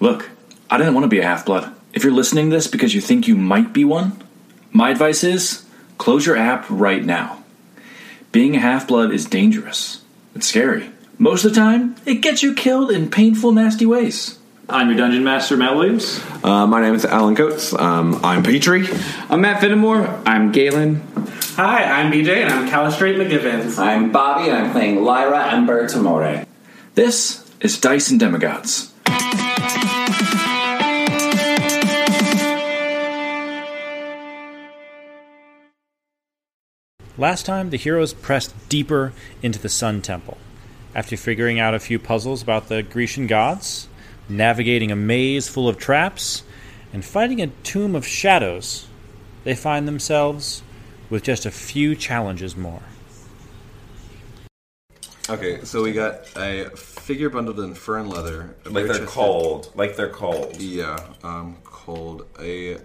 Look, I didn't want to be a half blood. If you're listening to this because you think you might be one, my advice is close your app right now. Being a half blood is dangerous, it's scary. Most of the time, it gets you killed in painful, nasty ways. I'm your dungeon master, Matt Williams. Uh, my name is Alan Coates. Um, I'm Petrie. I'm Matt Fenimore. I'm Galen. Hi, I'm BJ, and I'm Calistrate McGivens. I'm Bobby, and I'm playing Lyra Ember Tamore. This is Dice and Demigods. Last time, the heroes pressed deeper into the Sun Temple. After figuring out a few puzzles about the Grecian gods, navigating a maze full of traps, and fighting a tomb of shadows, they find themselves with just a few challenges more. Okay, so we got a figure bundled in fern leather, a Like they're bare-chested- cold. Like they're cold. Yeah, um, cold. A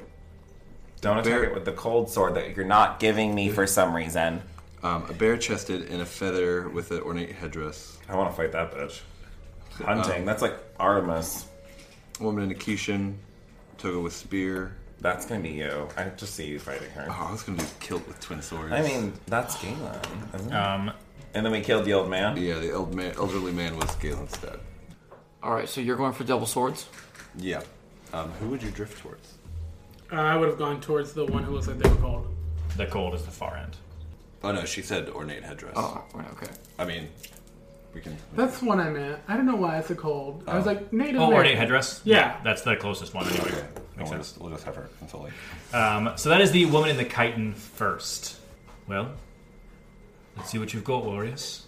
Don't attack Bear- it with the cold sword that you're not giving me for some reason. um, a bare chested and a feather with an ornate headdress. I want to fight that bitch. Hunting. That's like Artemis. A woman in a Kishin, toga with spear. That's gonna be you. I just see you fighting her. Oh, I was gonna be killed with twin swords. I mean, that's Galen. Isn't it? Um, and then we killed the old man. yeah, the eld- man, elderly man was Galen's dad. All right, so you're going for double swords. Yeah. Um, who would you drift towards? Uh, I would have gone towards the one who looks like they were called. the cold is the far end. Oh no, she said ornate headdress. Oh, right, okay. I mean, we can. That's the one I meant. I don't know why it's a cold. I was like, Nate, Oh, over ornate there. headdress. Yeah. that's the closest one anyway. We'll just, we'll just have her console. Um, so that is the woman in the chitin first. Well, let's see what you've got, Warriors.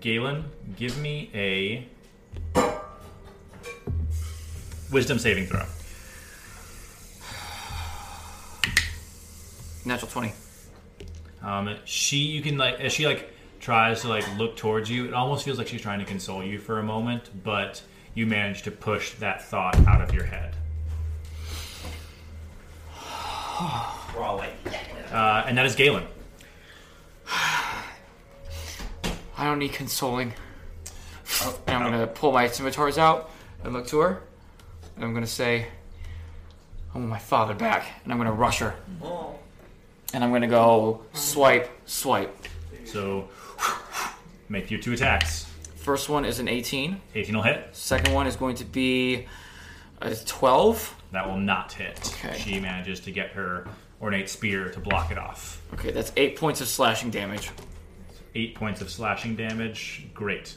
Galen, give me a wisdom saving throw. Natural 20. Um, she, you can like, as she like tries to like look towards you, it almost feels like she's trying to console you for a moment, but you manage to push that thought out of your head. We're all like, Uh, and that is Galen. I don't need consoling. And I'm going to pull my scimitars out and look to her. And I'm going to say, I want my father back. And I'm going to rush her. And I'm going to go swipe, swipe. So make your two attacks. First one is an 18. 18 will hit. Second one is going to be a 12. That will not hit. Okay. She manages to get her ornate spear to block it off. Okay, that's eight points of slashing damage. Eight points of slashing damage. Great.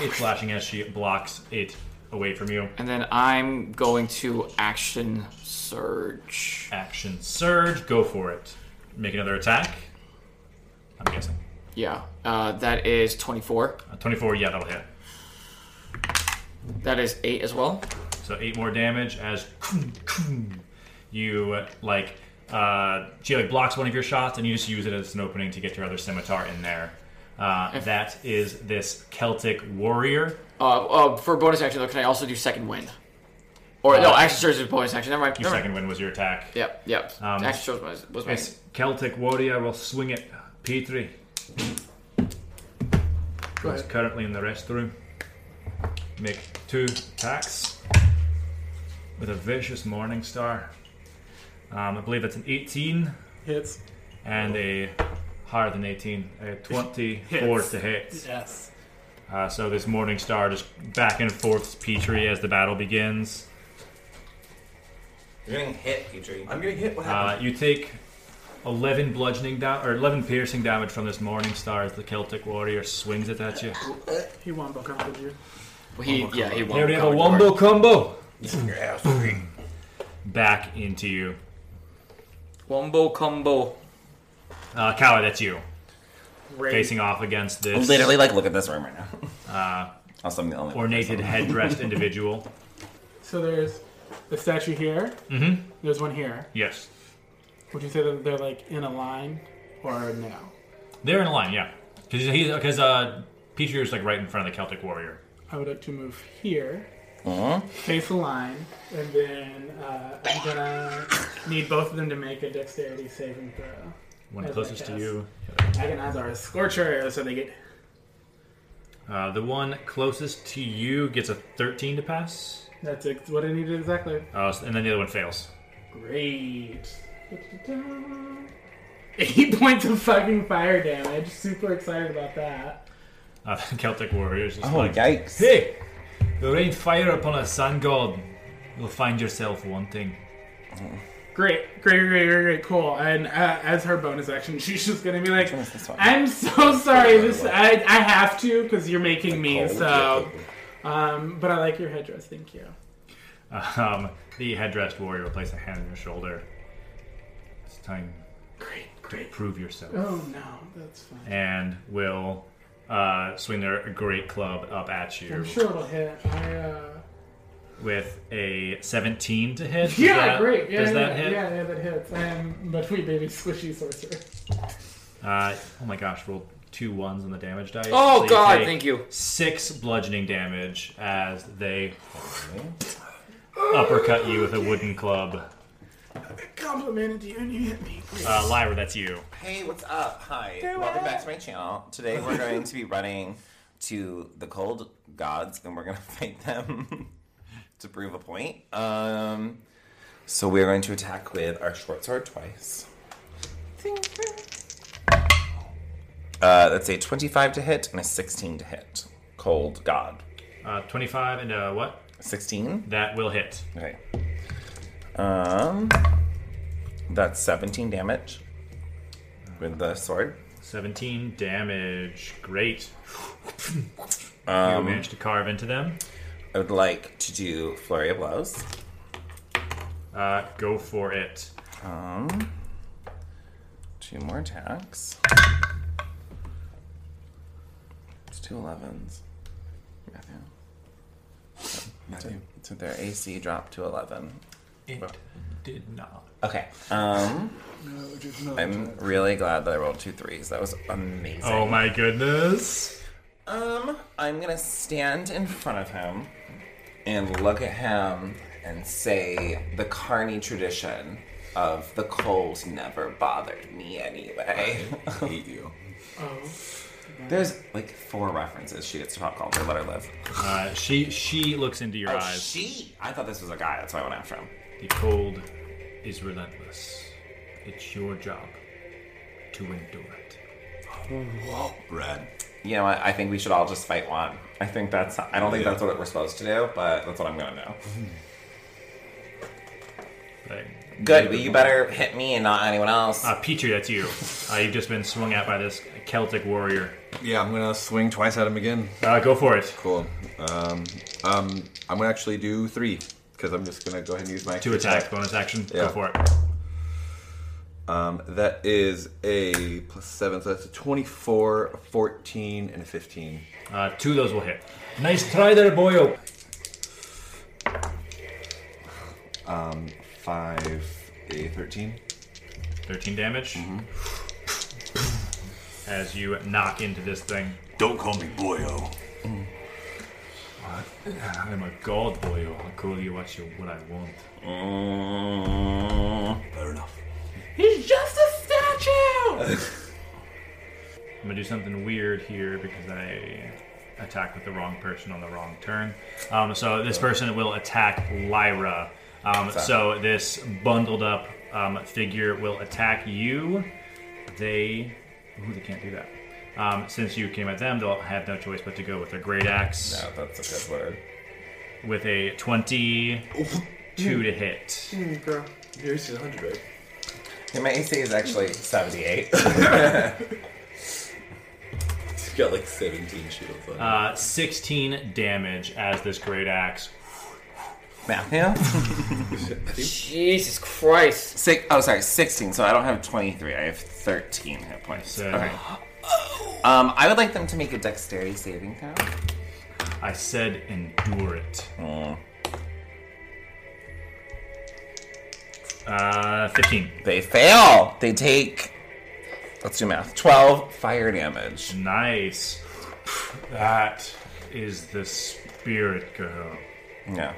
Eight slashing as she blocks it away from you. And then I'm going to action surge. Action surge. Go for it. Make another attack. I'm guessing. Yeah, uh, that is 24. Uh, 24, yeah, that'll hit. That is eight as well. So eight more damage as you like uh, she like blocks one of your shots and you just use it as an opening to get your other scimitar in there. Uh, that is this Celtic warrior. Uh, uh, for bonus action though, can I also do second wind? Or no, action surge is bonus action. Never mind. Your Uh, never second win was your attack. Mind. Yep, yep. Um, action surge was, was my. This Celtic warrior will swing at Petrie, Go who's ahead. currently in the rest room. Make two attacks with a vicious morning star. Um, I believe that's an 18. Hits. and a higher than 18, a 24 to hit. Yes. Uh, so this Morning Star just back and forth Petrie as the battle begins. you're getting hit, Petrie. I'm getting hit. What Uh, you take 11 bludgeoning down or 11 piercing damage from this Morning Star as the Celtic warrior swings it at you. He won both counts you. He, yeah, he won. Here we have a Coward wombo Guard. combo. back into you, Wombo combo. uh, Coward. That's you Great. facing off against this Literally, like, look at this room right now. Uh, also, I'm the only one. ornated head dressed individual. So there's the statue here. Mm-hmm. There's one here. Yes, Would you say that they're like in a line or no? they're in a line. Yeah, because he's because uh, Petrie is like right in front of the Celtic warrior. I would like to move here, face the line, and then uh, I'm gonna need both of them to make a dexterity saving throw. One As I closest to cast. you. Agonized are a scorcher, so they get Uh, the one closest to you gets a 13 to pass, That's ex- what I needed exactly. uh, and then the other one fails. Great. Eight points of fucking fire damage. Super excited about that. Uh, Celtic warriors. Just Oh, like, yikes. Hey, you rain fire upon a sun god. You'll find yourself wanting. Great, great, great, great, great, cool. And uh, as her bonus action, she's just gonna be like, Turn this this way. "I'm so sorry. This I, I have to because you're making me cold. so." Um, but I like your headdress. Thank you. Um, the headdressed warrior will place a hand on your shoulder. It's time Great, to great. prove yourself. Oh no, that's fine. And will uh, swing their great club up at you I'm sure it'll hit. I, uh... with a 17 to hit. Does Yeah, that- great. Yeah, does yeah, that hit? Yeah, yeah, that hits. I am but we baby squishy sorcerer. Uh, oh my gosh, rolled two ones on the damage dice. Oh, you God, take thank you. Six bludgeoning damage as they uppercut you with a wooden club. Complimented you and you hit me. Uh, Lyra, that's you. Hey, what's up? Hi. Welcome back to my channel. Today we're going to be running to the cold gods and we're going to fight them to prove a point. Um, so we're going to attack with our short sword twice. Uh, that's a 25 to hit and a 16 to hit. Cold god. Uh, 25 and uh, what? 16? That will hit. Okay. Um, that's 17 damage with the sword. 17 damage. Great. you managed to carve into them. I would like to do flurry of blows. Uh, go for it. Um, two more attacks. It's two 11s. Matthew. Matthew. So their AC dropped to 11. It did not. Okay. Um, I'm really glad that I rolled two threes. That was amazing. Oh my goodness. Um, I'm gonna stand in front of him and look at him and say the Carney tradition of the cold never bothered me anyway. I hate you. There's like four references. She gets to talk all day. Let her live. Uh, she she looks into your Oh, eyes. she. I thought this was a guy. That's why I went after him. The cold is relentless. It's your job to endure it. Brad. You know what? I think we should all just fight one. I think that's. I don't think that's what we're supposed to do, but that's what I'm gonna do. Like, Good. But you better hit me and not anyone else. Uh, Petrie, that's you. Uh, you've just been swung at by this Celtic warrior. Yeah, I'm gonna swing twice at him again. Uh, go for it. Cool. Um, um, I'm gonna actually do three because I'm just gonna go ahead and use my Two attack, bonus action. Go Yeah. for it. Um, that is a plus seven, so that's a 24, a 14, and a 15. Uh, two of those will hit. Nice try there, boyo. Five, a 13. 13 damage. As you knock into this thing. Don't call me boyo. I'm a god, boyo. I'll call you what, you, what I want. Fair enough. He's just a statue. I'm gonna do something weird here because I attack with the wrong person on the wrong turn. Um, so this person will attack Lyra. Um, so this bundled up um, figure will attack you. They, ooh, they can't do that. Um, since you came at them, they'll have no choice but to go with their great axe Yeah, that's a good word. with a 22 to hit. Yours is 100, right? Yeah, my AC is actually 78. It's got like 17 shields on it. Uh, 16 damage as this great axe Matthew? Jesus Christ. Six, oh, sorry, 16. So I don't have 23. I have 13 hit points. said, Okay. Um, I would like them to make a dexterity saving throw. Mm, I said endure it. Uh, 15. They fail. They take, let's do math, 12 fire damage. Nice. That is the spirit girl. Yeah.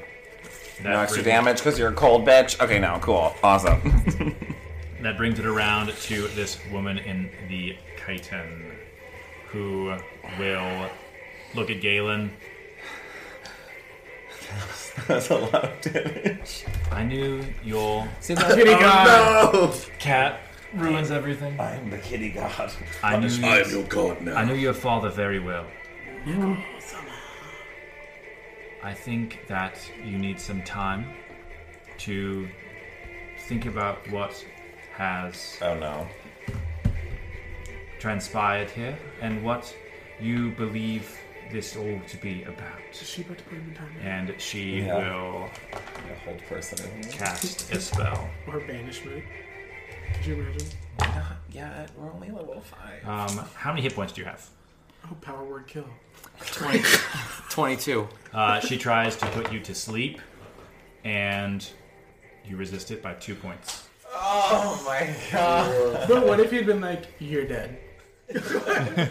That No extra brings- damage because you're a cold bitch. Okay, no, cool. Awesome. That brings it around to this woman in the chitin who will look at Galen. That's a lot of damage. I knew your See, that's- Kitty god. cat ruins everything. Oh, I am the kitty god. I knew you- I am your god now. I knew your father very well. I think that you need some time to think about what has oh no transpired here and what you believe this all to be about. She about to put him in time. And she Yeah. will hold person cast a spell. Or banishment. Could you imagine? Yeah, we're only level five. Um, how many hit points do you have? Oh, power word kill. 22. Uh, she tries to put you to sleep, and you resist it by two points. Oh my god. But what if he'd been like, you're dead? Oh, I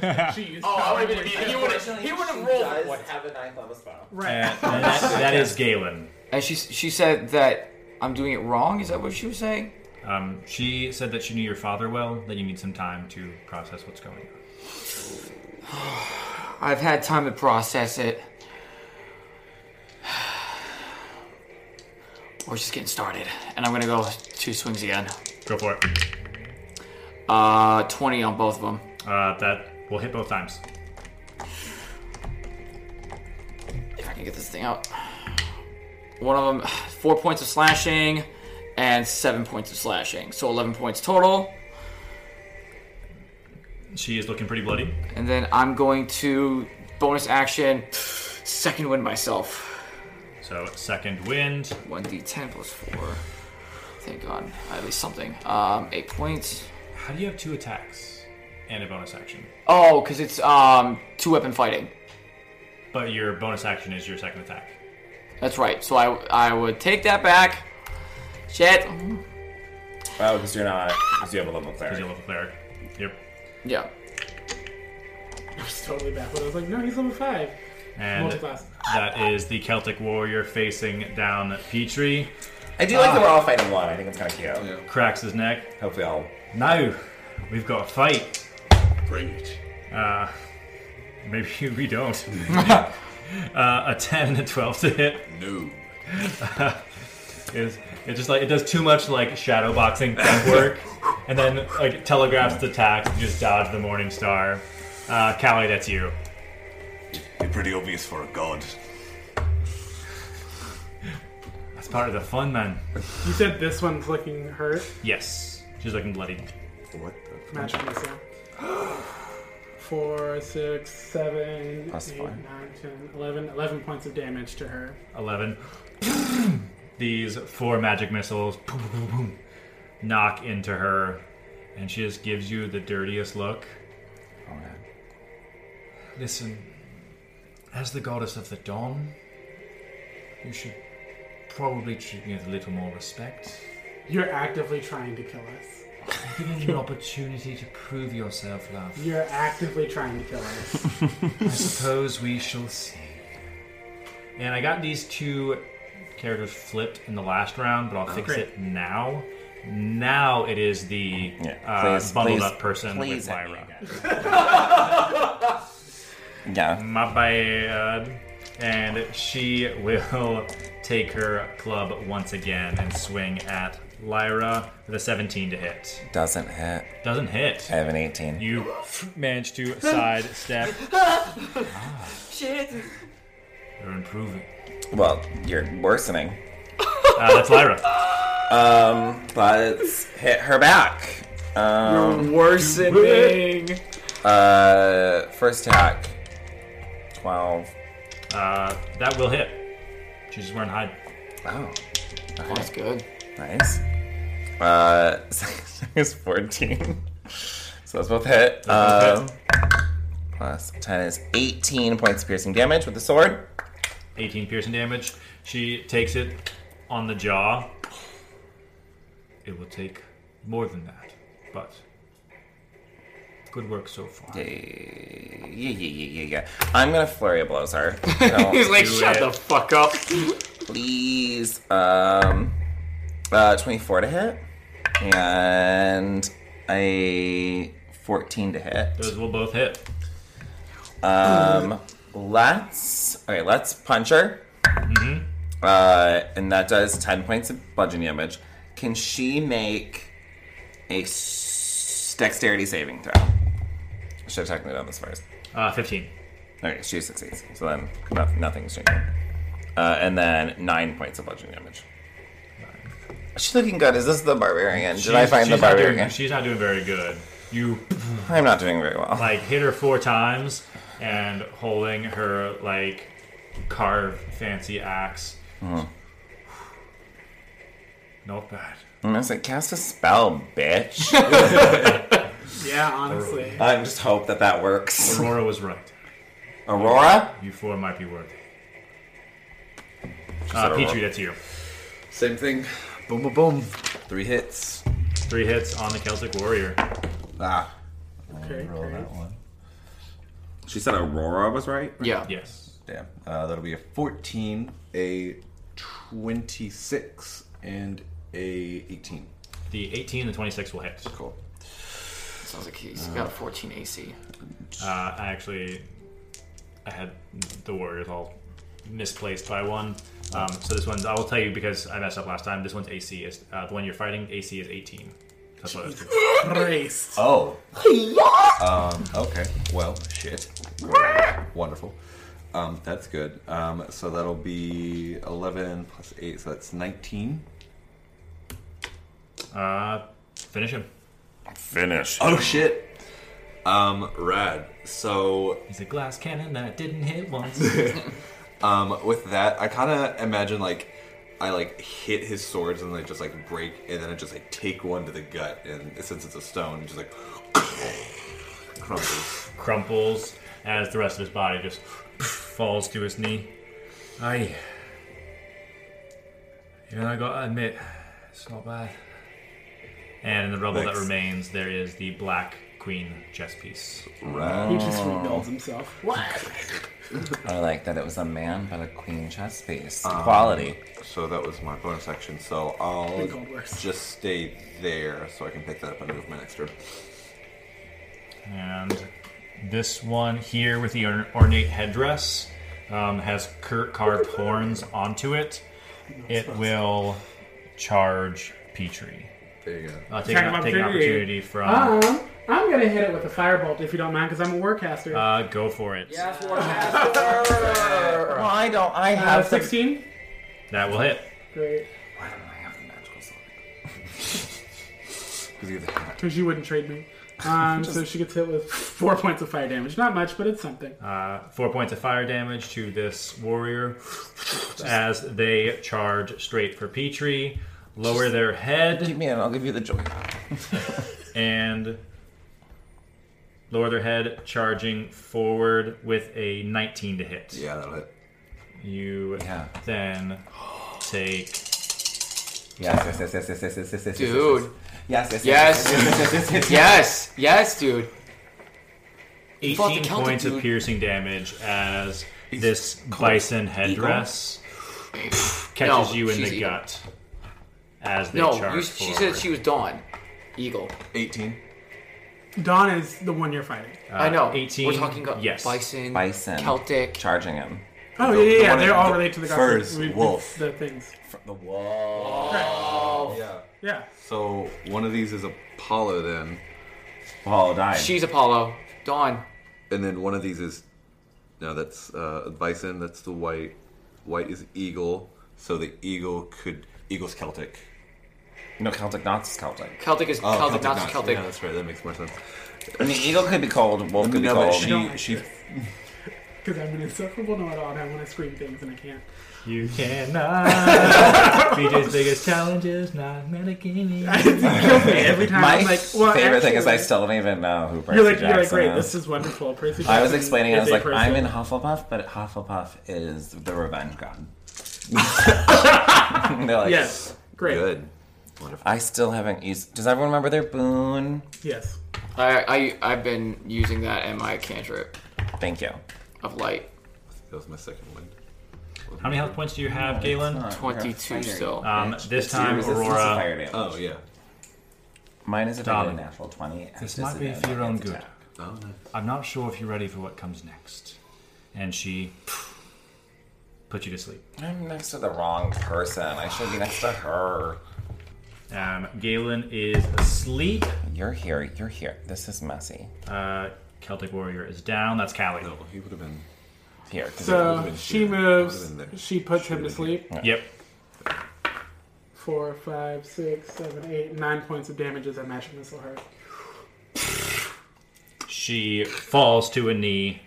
would have He would've- he would've rolled Does one. have a ninth level spell. that is Galen. And she she said that I'm doing it wrong. Is that what she was saying? Um, she said that she knew your father well, that you need some time to process what's going on. I've had time to process it. We're just getting started, and I'm gonna go two swings again. Go for it. Uh, 20 on both of them. Uh, that will hit both times. If I can get this thing out. One of them, four points of slashing, and seven points of slashing, so 11 points total. She is looking pretty bloody. And then I'm going to bonus action, second wind myself. So second wind. 1d10 plus 4. Thank God. At least something. Um, 8 points. How do you have two attacks and a bonus action? Oh, because it's um, two weapon fighting. But your bonus action is your second attack. That's right. So I, I would take that back. Shit. Oh, because you're not. Because you have a level cleric. Because you're a level cleric. Yep. Yeah. I was totally baffled. I was like, no, he's level 5. And Multiclass. that is the Celtic warrior facing down Petrie. I do like Ah. that we're all fighting one. I think it's kind of cute. Cracks his neck. Hopefully, I'll. No, we've got a fight. Bring it. Uh, maybe we don't. uh, a ten and a twelve to hit. No. It's, it just like it does too much like shadow boxing work, and then like telegraphs the attacks. You just dodge the morning star. Uh, Callie, that's you. You're pretty obvious for a god. That's part of the fun, man. You said this one's looking hurt. Yes, she's looking bloody. What? Magic missile. Four, six, seven, Plus eight, five. nine, 10, 11 11 points of damage to her. 11. These four magic missiles boom, boom, boom, boom, knock into her, and she just gives you the dirtiest look. Listen, as the goddess of the dawn, you should probably treat me with a little more respect. You're actively trying to kill us. I'm giving you an opportunity to prove yourself, love. You're actively trying to kill us. I suppose we shall see. And I got these two characters flipped in the last round, but I'll fix Great. it now. Now it is the uh, please, bundled please, up person please, with I Lyra. Yeah. My bad. And she will take her club once again and swing at Lyra with a 17 to hit. Doesn't hit. Doesn't hit. I have an 18. You manage to sidestep. Shit. You're improving. Well, you're worsening. Uh, that's Lyra. Um, let's hit her back. Um, worsening. uh, first attack. 12. Uh, that will hit. She's just wearing hide. Oh. That's good. Nice. Uh, second is 14. So those both hit. Those Um, plus 10 is 18 points of piercing damage with the sword. 18 piercing damage. She takes it on the jaw. It will take more than that, but good work so far. Yeah, yeah, yeah, yeah, yeah. I'm gonna flurry of blows her. No, He's like, do shut it. the fuck up. please. Um, uh, 24 to hit, and a 14 to hit. Those will both hit. Um, Let's okay. Let's punch her. Mm-hmm. Uh, and that does ten points of bludgeoning damage. Can she make a s- dexterity saving throw? I Should have technically done this first. Uh, Fifteen. Okay, she succeeds. So then no, nothing's changing. Uh, and then nine points of bludgeoning damage. She's looking good. Is this the barbarian? Did I She's- find the she's not doing- barbarian? she's not doing very good. You. I'm not doing very well. Like hit her four times, and holding her like carved fancy axe. Mhm. Not bad. And I was like, cast a spell, bitch. Yeah, honestly. I just hope that that works. Aurora was right. Aurora? You four might be worthy. She said Uh, Petrie, Aurora. that's you. Same thing. Boom, boom, boom. Three hits. Three hits on the Celtic warrior. Ah. Okay, great. She said Aurora was right? Yeah. Yes. Damn. Uh, that'll be a 14, a 26, and a 18. The 18 and 26 will hit. Cool. Sounds like he's got 14 AC. Uh, I actually, I had the warriors all misplaced by one. Um, so this one's I will tell you because I messed up last time. This one's AC is uh, the one you're fighting. AC is 18. That's what it's Christ. Oh. Um, okay. Well, shit. Wonderful. Um, that's good. Um, so that'll be 11 plus 8, so that's 19. Uh, finish him. Finish. Oh, shit. Um, rad. So He's a glass cannon that didn't hit once. um, with that, I kind of imagine like I like hit his swords and they just like break, and then I just like take one to the gut, and since it's a stone, it just like crumbles. Crumples as the rest of his body just falls to his knee. Aye. Even I gotta admit, it's not bad. And in the rubble Thanks. that remains, there is the Black Queen chess piece. Right. He just rebuilds himself. What? I like that it was a man but a queen chess piece. Um, Quality. So that was my bonus action. So I'll Think I'll rest. just stay there so I can pick that up and move my next turn. And this one here with the orn- ornate headdress um, has cur- carved horns onto it. It will charge Petrie. There you go. Uh, take, an, take an opportunity from. Um, I'm gonna hit it with a firebolt if you don't mind, because I'm a warcaster. Uh, go for it. Why don't I Uh, have the- 16. That will hit. Great. Because you have the hat. Because you wouldn't trade me. Um, so she gets hit with four points of fire damage. Not much, but it's something. Uh, four points of fire damage to this warrior as they charge straight for Petrie, lower their head. Keep me in, I'll give you the joy. and lower their head, charging forward with a 19 to hit. Yeah, that'll hit. You then take. Yes, yes, yes, yes, yes, yes, yes, yes, yes, Dude. Yes, yes, yes, yes, yes. yes, yes, yes, yes, yes, yes, dude. Fuck the 18 Celtic, points of dude. piercing damage as this bison headdress catches No, you in the she's evil. gut as they No, charge you, she forward. said she was Dawn. Eagle. 18. Dawn is the one you're fighting. I know. 18, We're talking about yes. bison, Bison. Celtic. Charging him. Oh, The- yeah, the yeah, yeah. one They're in all the related to the furs, gods. We- we- wolf. The things. The wall. Oh, Yeah. Yeah. So one of these is Apollo then. Apollo died. She's Apollo. Dawn. And then one of these is no, that's uh, bison. That's the white. White is eagle. So the eagle could eagle's Celtic. No, Celtic Knots is Celtic. Celtic is Celtic, not Knots. Celtic. Oh, Yeah, that's right. That makes more sense. And the eagle could be cold, wolf could be No, but cold. she she Because I'm an insufferable know-it-all and I want to scream things and I can't. You cannot. BJ's biggest challenge is not metagaming. Every time My I'm like, well, favorite actually, thing is I still don't even know who Percy You're like, Jackson you're like, great. is. This is wonderful. Percy I was Jackson explaining, I is was a like, person. I'm in Hufflepuff, but Hufflepuff is the revenge god. They're like, Yes. Great. good. I still haven't used. Does everyone remember their boon? Yes. I, I, I've been using that in my cantrip Thank you. of light. That was my second one. How many health points do you have, Galen? 22 still. Um, this It's time, resistance to Aurora. uh, fire damage. Oh yeah. Mine is a Donovan. natural 20. This might be for your own good. Oh no. I'm not sure if you're ready for what comes next. and she puts you to sleep. I'm next to the wrong person. I should be next to her. Um, Galen is asleep. You're here. You're here. This is messy. Uh, Celtic warrior is down. That's Callie. No, Oh, he would have been here. So she moves. She puts him to sleep. Yep. Four, five, six, seven, eight, nine points of damage as I magic missile her. She falls to a knee.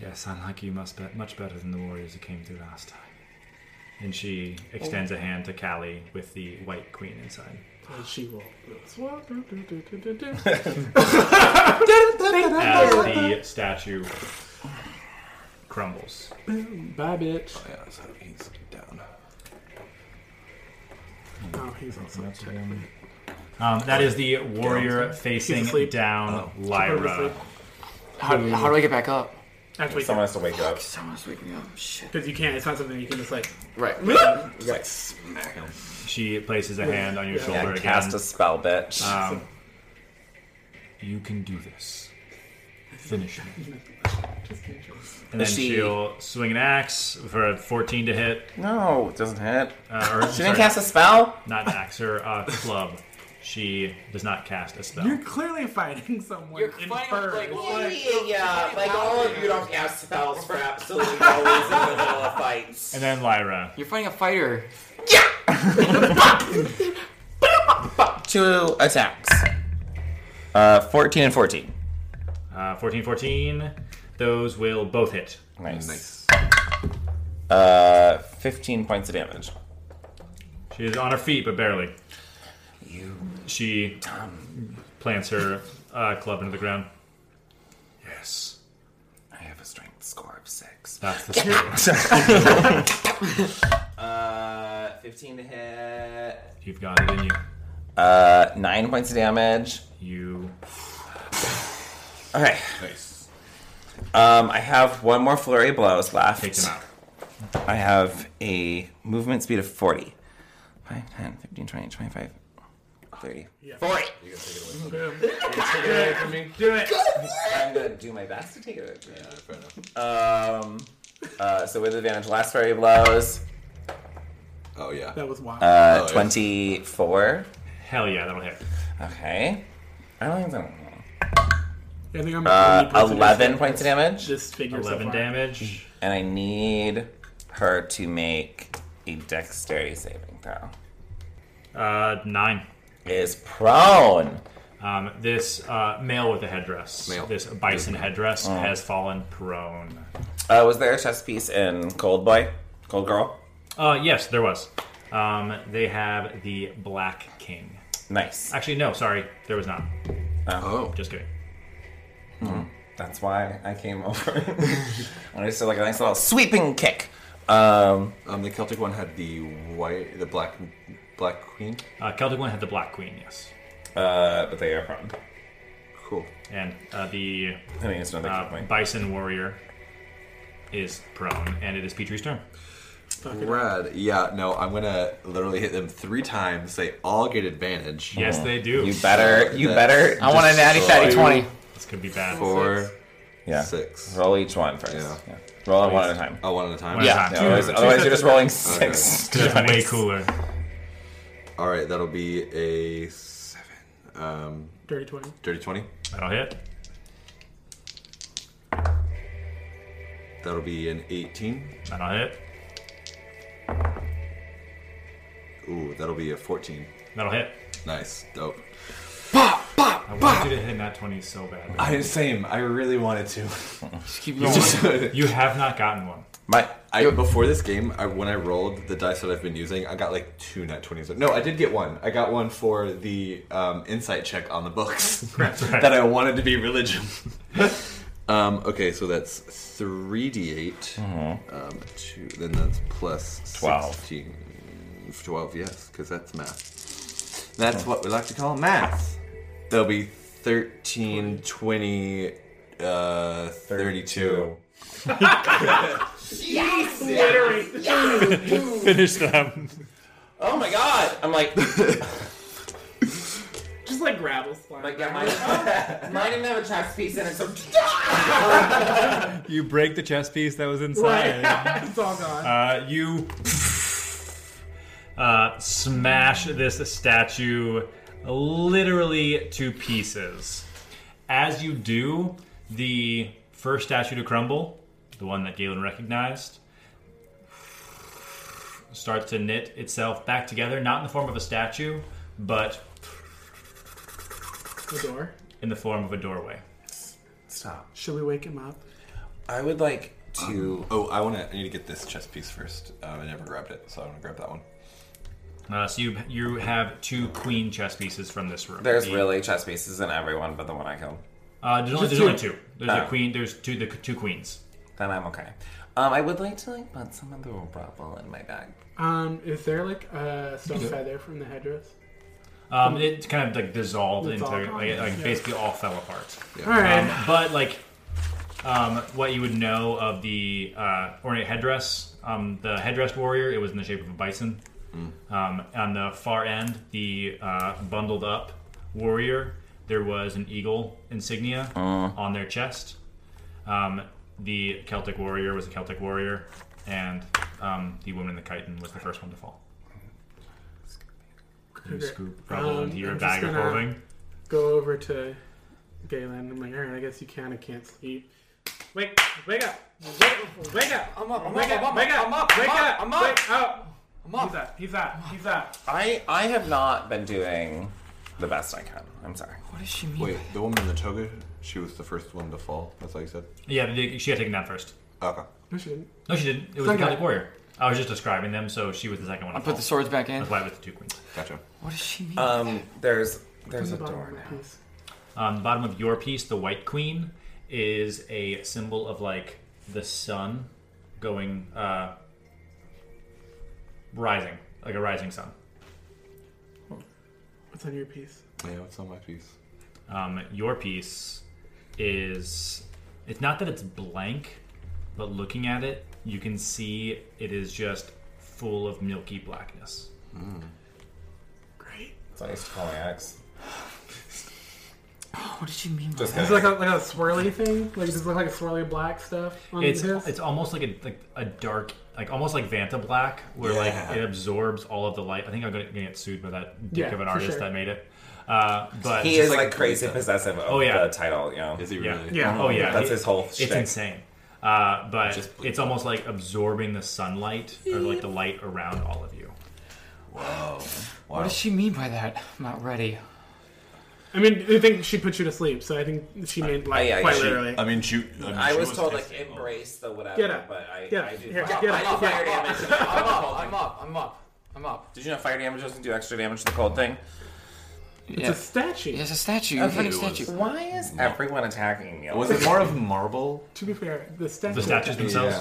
Yes, unlike you, must be much better than the warriors who came through last time. And she extends a hand to Callie with the white queen inside. And she will. As the statue crumbles. Bye, bitch. Oh, yeah, so he's down. Oh, he's also Um, that is the warrior facing He's asleep. Oh. down Lyra. How, how do I get back up? Actually, Someone has to wake up. Someone's waking up. Shit. Because you can't. It's not something you can just like. Right. Just like smack him. She places a hand on your Yeah, shoulder again. cast a spell, bitch. Um, you can do this. Finish me. And then Is she- she... will swing an axe for a 14 to hit. No, it doesn't hit. Uh, or, She didn't cast a spell? Not an axe or a club. She does not cast a spell. You're clearly fighting someone. You're fighting like, yeah, like all of you don't cast spells for absolutely no reason in the middle of fights. And then Lyra. You're fighting a fighter. Two attacks. Uh, 14 and 14. Uh, 14, 14. Those will both hit. Nice. Uh, 15 points of damage. She is on her feet, but barely. You. She plants her uh, club into the ground. Yes. I have a strength score of 6. That's the uh, 15 to hit. You've got it in you. Uh, 9 points of damage. You. Okay. Nice. Um, I have one more flurry of blows left. Take them out. I have a movement speed of 40. 5, 10, 15, 20, 25, 30. 40. Do it. I'm going to do my best to take it. away from you. Um, uh, so with advantage, last flurry of blows. Oh yeah. That was wild. Uh, Oh, yeah. 24. Hell yeah, that'll hit. Okay. I don't even know. I think I'm Uh, at 20 11 points of damage. This figure. so 11 far. damage. And I need her to make a dexterity saving throw. Uh, 9. Is prone. Um, this uh, male with the headdress, Male. this bison headdress, has fallen prone. Uh, was there a chess piece in Cold Boy? Cold Girl? Uh, yes, there was. Um, they have the Black King. Nice. Actually, no, sorry, there was not. Oh. Just kidding. That's why I came over. I just did like a nice little sweeping kick. Um, Um, the Celtic one had the white, the black, black queen. Uh, Celtic one had the Black Queen, yes. uh, but they are prone. Cool. And uh, the I think it's another key uh, point. bison warrior is prone, and it is Petrie's turn. Oh. Red. Yeah. No, I'm gonna literally hit them three times. They all get advantage. Yes, they do. You better. You That's- better. I want a natty fatty Destroy. 20. This could be bad. Four, Yeah. six. Roll each one first. Yeah. Yeah. Roll it one at a time. Oh, one at a time. One at a time. Yeah, otherwise, otherwise you're just rolling six. That's way cooler. All right, that'll be a seven. Um, Dirty twenty. dirty twenty. That'll hit. That'll be an eighteen. That'll hit. Ooh, that'll be a fourteen. That'll hit. Nice, dope. I want you to hit that 20 so bad. I same. I really wanted to. Just keep going. You have not gotten one. My, I, before this game, I, when I rolled the dice that I've been using, I got like two net twenties. No, I did get one. I got one for the um, insight check on the books right. that I wanted to be religion. um, okay, so that's three d eight. um, Two. Then that's plus Twelve. 16. Twelve, yes, because that's math. That's what we like to call math. There'll be 13, 20, uh, 32. Finish them. Oh my god! I'm like, just like gravel flying. Like, yeah, mine, mine didn't have a chest piece in it, so. You break the chess piece that was inside. Right. it's all gone. Uh, you uh, smash this statue literally to pieces. As you do, the first statue to crumble, the one that Galen recognized, starts to knit itself back together, not in the form of a statue, but the door. in the form of a doorway. Stop. Should we wake him up? I would like to. oh, I want to. I need to get this chess piece first. Um, I never grabbed it, so I want to grab that one. Uh, so you you have two queen chess pieces from this room. There's The- really chess pieces in everyone but the one I killed. Uh, there's only, Uh, Just there's only two. There's a Oh. queen. There's two. The two queens. Then I'm okay. Um, I would like to like put some of the rubble in my bag. Um, is there like a stone Yeah. feather from the headdress? Um, it kind of like dissolved It's all into gone. like, it, like Yeah. basically all fell apart. Yeah. Alright. Um, but like, um, what you would know of the uh, ornate headdress, um, the headdress warrior, it was in the shape of a bison. Um, on the far end, the uh, bundled up warrior, there was an eagle insignia Uh. on their chest. Um, the Celtic warrior was a Celtic warrior, and um, the woman in the chitin was the first one to fall. You scoop rubble Um, into your I'm just bag of gonna holding. Go over to Galen. I'm like, all right, I guess you kind of can't sleep. Wake, wake up, wake, wake up. I'm up. I'm wake up, up. I'm wake up, up. I'm up, Wake I'm up, up. I'm up. Wake up. I'm up. He's up. He's up. He's up. I I have not been doing the best I can. I'm sorry. What does she Wait, the woman in the toga, she was the first one to fall. That's all you said. Yeah, but they- she got taken down first. Okay. No, she didn't. No, she didn't. It was Some the guy. Celtic warrior. I was just describing them, so she was the second one. I to put fall. the swords back in. That's why with the two queens. Gotcha. What does she mean? Um, there's There's there's a a bottom door of my now. piece. Um, the bottom of your piece, the white queen, is a symbol of like the sun going uh, rising, like a rising sun. What's on your piece? Yeah, what's on my piece? Um, your piece is it's not that it's blank, but looking at it, you can see it is just full of milky blackness. Great. So I used to call my ex. Oh, What did you mean? Just Is it kidding. like a, like a swirly thing? Like does it look like a swirly black stuff on it's his? it's almost like a like a dark like almost like Vanta Black where Yeah. like it absorbs all of the light. I think I'm gonna gonna get sued by that dick Yeah, of an for artist sure. that made it. Uh, but he is like, crazy possessive of Oh, yeah. the title, you know. Is he yeah Yeah. oh yeah That's He- his whole It's shtick. insane. Uh, but it's almost like absorbing the sunlight or like the light around all of you. Whoa. What does she mean by that? I'm not ready. I mean, I think she put you to sleep, so I think she meant like yeah, quite she- literally. I mean, she. I, mean, I she was told like pissed. embrace the whatever, Get up. but I, Get I up. do Here, fire- get I up. do fire Get damage. I'm up. I'm up. I'm up. I'm up. Did you know fire damage doesn't do extra damage to the cold thing? It's a statue. There's a statue. Okay, in front of it a statue. Why is everyone attacking me? Was it more of marble? To be fair, the statue. The statues themselves.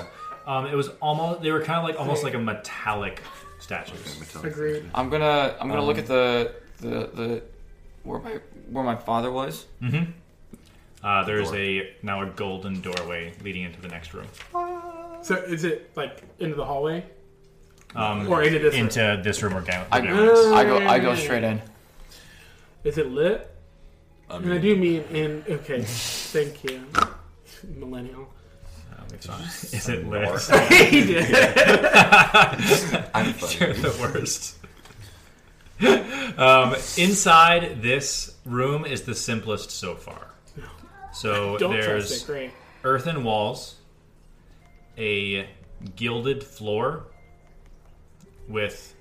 Um, it was almost they were kind of like almost like a metallic statues. Agreed. I'm gonna. I'm gonna look at the the the where my where my father was. Uh, there is a now a golden doorway leading into the next room. So is it like into the hallway? Um, Or into this room. into this room or down. I, down. I go. I go straight in. Is it lit? I And I mean, do mean in. Okay, thank you, millennial. Is it lit? he did. I'm funny. the worst. um, inside this room is the simplest so far. So Don't there's trust it. Great. earthen walls, a gilded floor with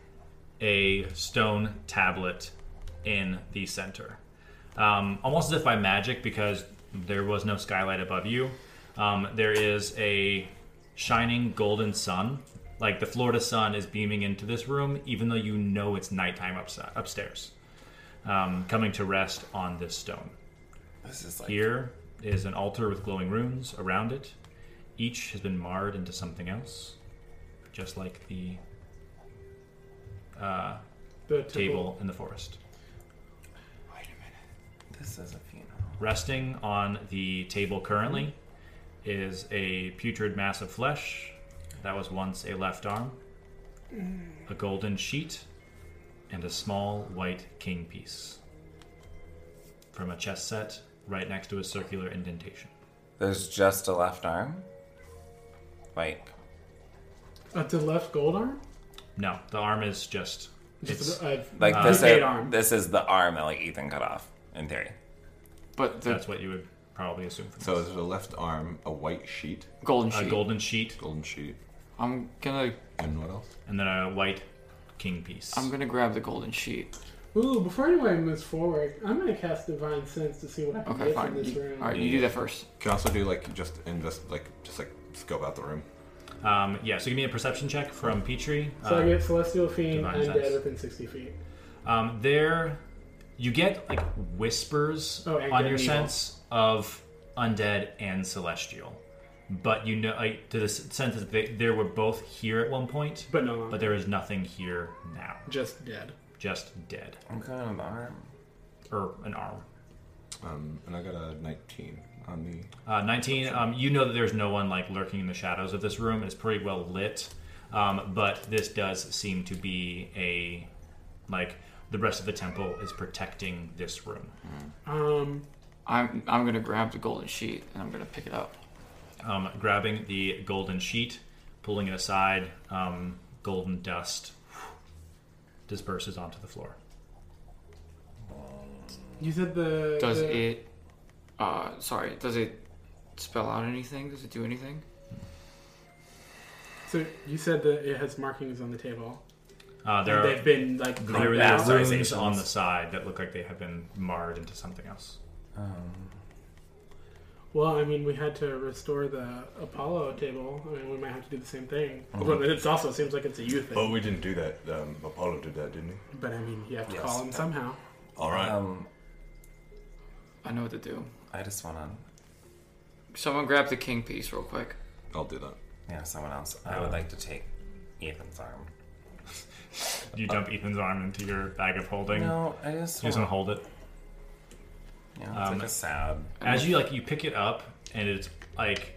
a stone tablet in the center. Um, almost as if by magic, because there was no skylight above you, um, there is a shining golden sun. Like the Florida sun is beaming into this room, even though you know it's nighttime upsi- upstairs, um, coming to rest on this stone. This is like Here is an altar with glowing runes around it. Each has been marred into something else, just like the uh, The table in the forest. this is a funeral. Resting on the table currently is a putrid mass of flesh that was once a left arm, a golden sheet, and a small white king piece. from a chest set right next to a circular indentation. There's just a left arm? Wait. Up Uh, to the left gold arm? No, the arm is just. Just It's, a- a- Like uh, this, Eight is, arm. this is the arm that like Ethan cut off in theory. But that's what you would probably assume. From So is the left arm a white sheet? Golden A sheet. golden sheet. Golden sheet. I'm gonna. And what else? And then a white king piece. I'm gonna grab the golden sheet. Ooh, before anybody moves forward, I'm gonna cast Divine Sense to see what I can get from this room. first. Can also do like just invest, like just like scope out the room. Um, yeah, so give me a perception check from Petrie. So I Uh, get Celestial Fiend Divine and Dead Sense. within 60 feet. Um, there, you get like whispers Oh, and on good your and evil. sense of undead and celestial, but you know like, to the s- sense that they, they were both here at one point, but no, but there is nothing here now. Just dead. Just dead. I'm kind of an arm. Or an arm. Um, and I got a 19 on the. Uh, 19, um, you know that there's no one like lurking in the shadows of this room. It's pretty well lit, um, but this does seem to be a like the rest of the temple is protecting this room. Um, I'm I'm gonna grab the golden sheet and I'm gonna pick it up. um, grabbing the golden sheet, pulling it aside. Um, golden dust disperses onto the floor. You said the. Does the- it? Uh, sorry. Does it spell out anything? Does it do anything? So you said that it has markings on the table. Uh, there And are, they've been like there, cleaned there out. are runes on the side that look like they have been marred into something else. Well, I mean, we had to restore the Apollo table. I mean, we might have to do the same thing. Mm-hmm. But it also seems like it's a youth thing. Oh, we didn't do that. Um, Apollo did that, didn't he? But I mean, you have to Yes. call him somehow. All right. Um, I know what to do. I just want to. Someone grab the king piece real quick. I'll do that. Yeah, someone else. I would like to take Ethan's arm. You dump Ethan's arm into your bag of holding. No, I just you just want- want to hold it. Yeah, it's um, like a sad. As you like, you pick it up, and it's like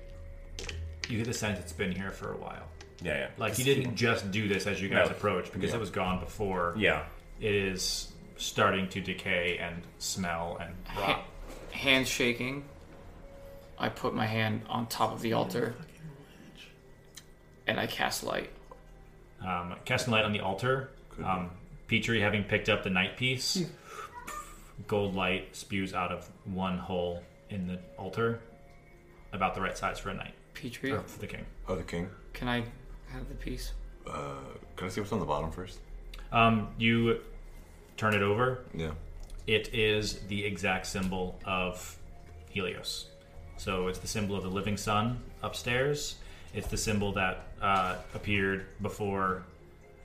you get the sense it's been here for a while. Yeah, yeah. Like you Just didn't keep- just do this as you guys No. approached because Yeah. it was gone before. Yeah. It is starting to decay and smell and rot. Ha- hands shaking. I put my hand on top of the altar. And I cast light. Um, casting light on the altar. Um, Petrie, having picked up the night piece, gold light spews out of one hole in the altar, about the right size for a knight. Petrie? Or for the king. Oh, the king. Can I have the piece? Uh, can I see what's on the bottom first? Um, you turn it over. Yeah. It is the exact symbol of Helios. So it's the symbol of the living sun upstairs. It's the symbol that uh, appeared before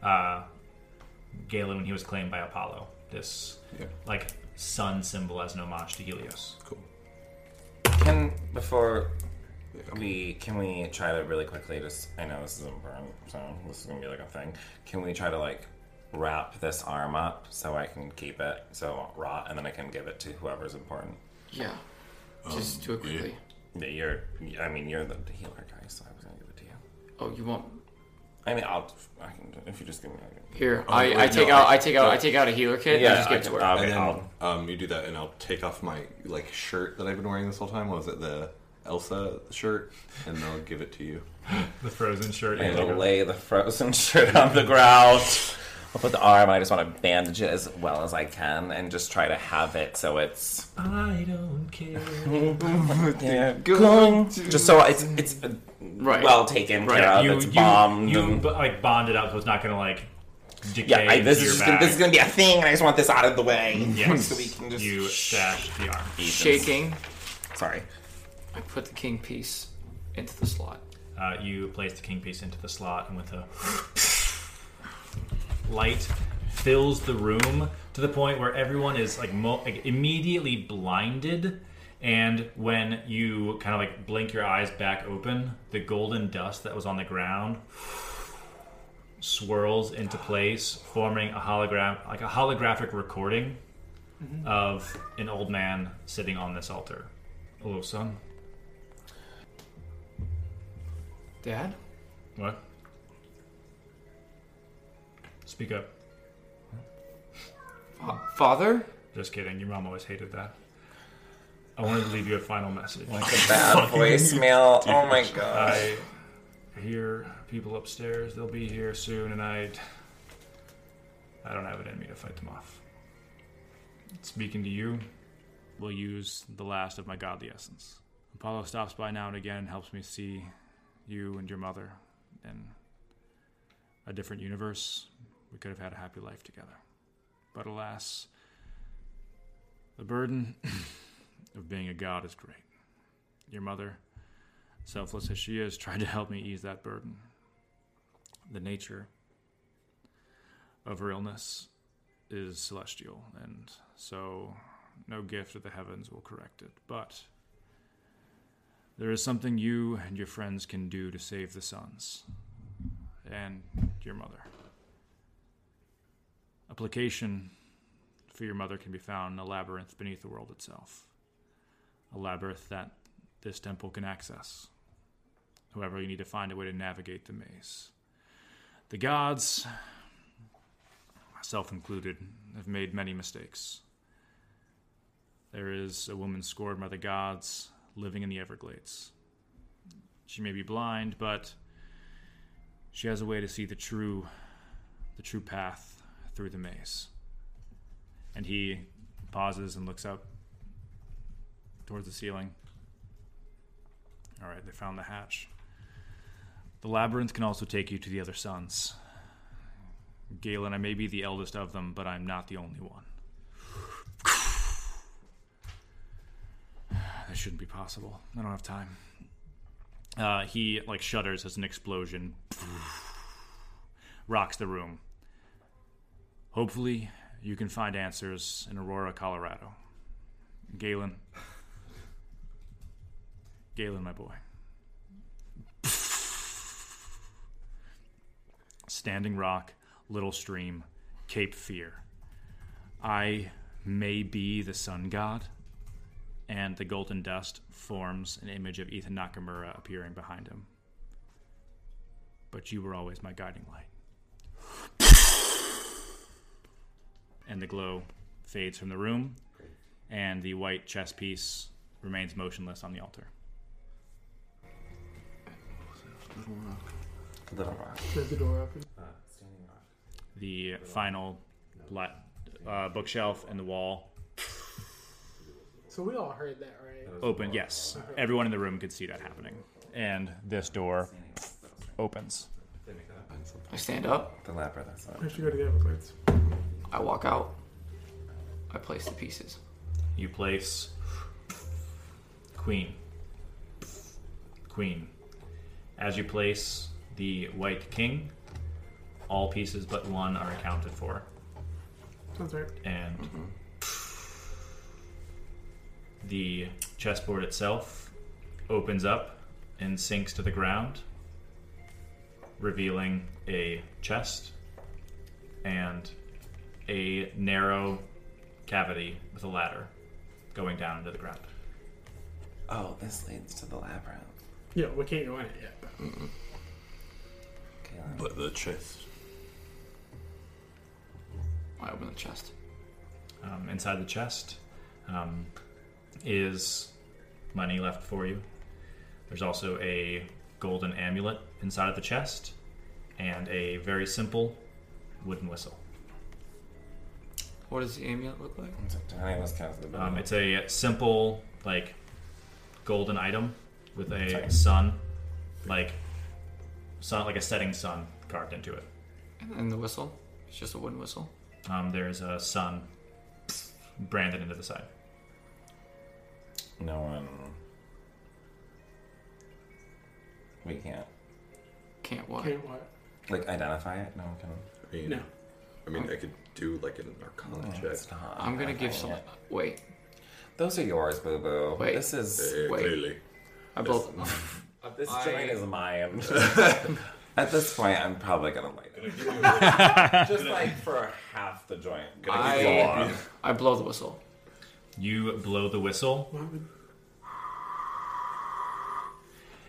uh, Galen when he was claimed by Apollo. This Yeah. like sun symbol as an homage to Helios. Cool. Can before we can we try to really quickly just I know this is important, so this is gonna be like a thing. Can we try to like wrap this arm up so I can keep it so it won't rot and then I can give it to whoever's important. Yeah. Just do it quickly. Um, Yeah, you're. I mean, you're the healer guy, so I was gonna give it to you. Oh, you won't. I mean, I'll. I can, if you just give me. I can- Here, Oh, I, wait, I no, take out, I- I take out, no. I take out a healer kit. Yeah, and just give it to her. I- Uh, and okay, then I'll- um, you do that, and I'll take off my like shirt that I've been wearing this whole time. What was it the Elsa shirt? And I'll give it to you. The frozen shirt. I'm gonna lay the frozen shirt on the ground. I'll put the arm. I just want to bandage it as well as I can, and just try to have it so it's I don't care. yeah, going just so it's it's uh, Right. well taken care of. you, it's you, bombed. you and- b- like bond it up so it's not gonna like decay. yeah, I, into this your is just gonna, bag. this is gonna be a thing, and I just want this out of the way. Yes, so we can just you stash the arm. Shaking, Sorry. I put the king piece into the slot. Uh, you place the king piece into the slot, and with a light fills the room to the point where everyone is like, mo- like immediately blinded. And when you kind of like blink your eyes back open, the golden dust that was on the ground swirls into place, forming a hologram, like a holographic recording of an old man sitting on this altar. Hello, son. Dad, What? Speak up. Fa- father, Just kidding. Your mom always hated that. I wanted to leave you a final message. Like a bad voicemail. Oh my God. I hear people upstairs. They'll be here soon, and I, I don't have it in me to fight them off. Speaking to you, will use the last of my godly essence. Apollo stops by now and again and helps me see you and your mother in a different universe. We could have had a happy life together. But alas, the burden of being a god is great. Your mother, selfless as she is, tried to help me ease that burden. The nature of her illness is celestial, and so no gift of the heavens will correct it. But there is something you and your friends can do to save the sons and your mother. Application for your mother can be found in a labyrinth beneath the world itself, a labyrinth that this temple can access. However, you need to find a way to navigate the maze. The gods, myself included, have made many mistakes. There is a woman scorned by the gods living in the Everglades. She may be blind, but she has a way to see the true the true path through the maze. And he pauses and looks up towards the ceiling. All right, they found the hatch. The labyrinth can also take you to the other sons. Galen, I may be the eldest of them, but I'm not the only one. That shouldn't be possible. I don't have time. Uh, he like shudders as an explosion rocks the room. Hopefully, you can find answers in Aurora, Colorado. Galen. Galen, my boy. Standing Rock, Little Stream, Cape Fear. I may be the sun god, and the golden dust forms an image of Ethan Nakamura appearing behind him. But you were always my guiding light. and the glow fades from the room, and the white chess piece remains motionless on the altar. Little Rock. Does the door open? The final la- uh, bookshelf and the wall So we all heard that, right? open. Yes, everyone in the room could see that happening, and this door opens. I stand up. The labyrinth. that's We should go to the other place. I walk out. I place the pieces. You place Queen. Queen. As you place the White King, all pieces but one are accounted for. Sounds right. And the chessboard itself opens up and sinks to the ground, revealing a chest and a narrow cavity with a ladder going down into the ground. Oh, this leads to the labyrinth. Yeah, we can't go in it yet. But the chest. I open the chest. Um, inside the chest um, is money left for you. There's also a golden amulet inside of the chest and a very simple wooden whistle. What does the amulet look like? Tiny was kind of the Um, it's a simple, like, golden item with a sun, like, sun, like a setting sun carved into it. And the whistle? It's just a wooden whistle. Um, there's a sun branded into the side. No one. We can't Can't what? Can't what? like identify it. No one can. I mean, No. I mean, I could do like an arcana No, check. it's not. I'm gonna give some. Identifying it. Wait, Those are yours, boo boo. Wait. This is. Eh, Wait. Clearly. I both. This joint is mine. At this point, I'm probably gonna light it. Just like for half the joint. I, I blow the whistle. You blow the whistle, Why would